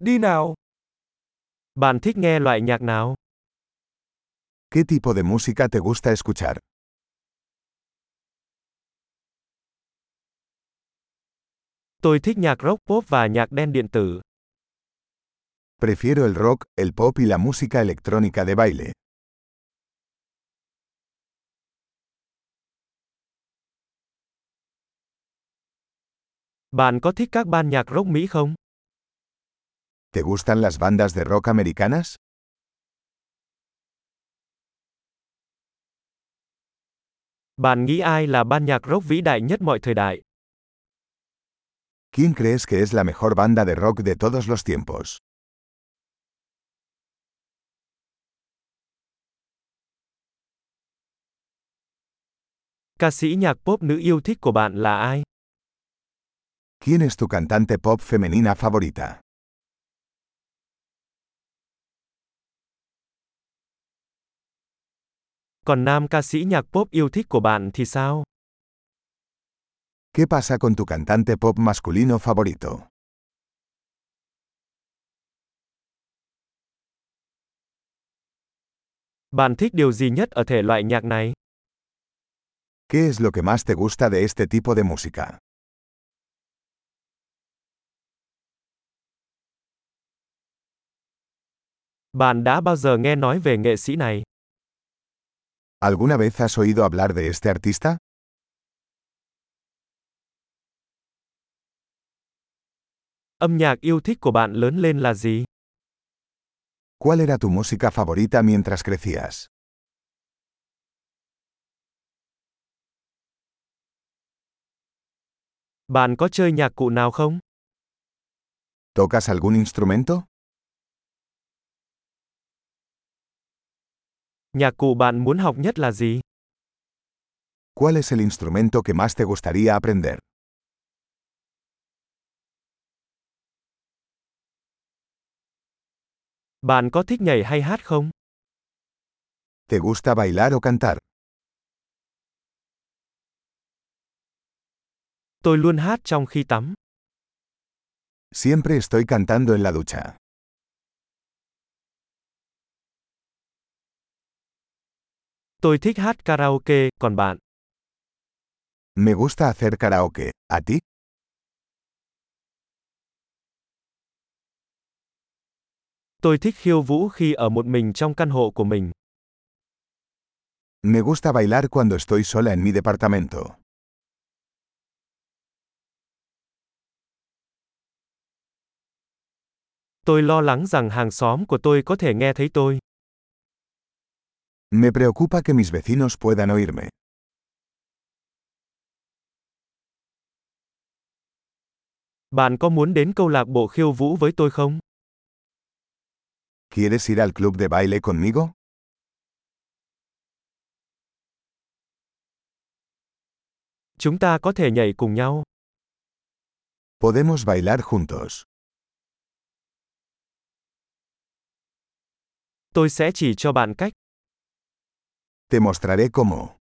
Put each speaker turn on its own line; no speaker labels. đi nào.
Bạn thích nghe loại nhạc nào?
¿Qué tipo de música te gusta escuchar?
Tôi thích nhạc rock pop và nhạc đen điện tử.
Prefiero el rock, el pop y la música electrónica de baile.
Bạn có thích các ban nhạc rock Mỹ không?
¿Te gustan las bandas de rock americanas?
Bạn nghĩ ai là ban nhạc rock vĩ đại nhất mọi thời đại?
¿Quién crees que es la mejor banda de rock de todos los tiempos?
Ca sĩ nhạc pop nữ yêu thích của bạn là ai?
¿Quién es tu cantante pop femenina favorita?
Còn nam ca sĩ nhạc pop yêu thích của bạn thì sao?
¿Qué pasa con tu cantante pop masculino favorito?
Bạn thích điều gì nhất ở thể loại nhạc này?
¿Qué es lo que más te gusta de este tipo de música?
Bạn đã bao giờ nghe nói về nghệ sĩ này?
¿Alguna vez has oído hablar de este artista?
Âm nhạc yêu thích của bạn lớn lên là gì?
¿Cuál era tu música favorita mientras crecías?
Bạn có chơi nhạc cụ nào không?
¿Tocas algún instrumento?
Nhạc cụ bạn muốn học nhất là gì?
¿Cuál es el instrumento que más te gustaría aprender?
Bạn có thích nhảy hay hát không?
¿Te gusta bailar o cantar?
Tôi luôn hát trong khi tắm.
Siempre estoy cantando en la ducha.
Tôi thích hát karaoke, còn bạn?
Me gusta hacer karaoke. ¿A ti?
Tôi thích khiêu vũ khi ở một mình trong căn hộ của mình.
Me gusta bailar cuando estoy sola en mi departamento.
Tôi lo lắng rằng hàng xóm của tôi có thể nghe thấy tôi.
Me preocupa que mis vecinos puedan oírme.
Bạn có muốn đến câu lạc bộ khiêu vũ với tôi không?
¿Quieres ir al club de baile conmigo?
Chúng ta có thể nhảy cùng nhau.
Podemos bailar juntos.
Tôi sẽ chỉ cho bạn cách.
Te mostraré cómo.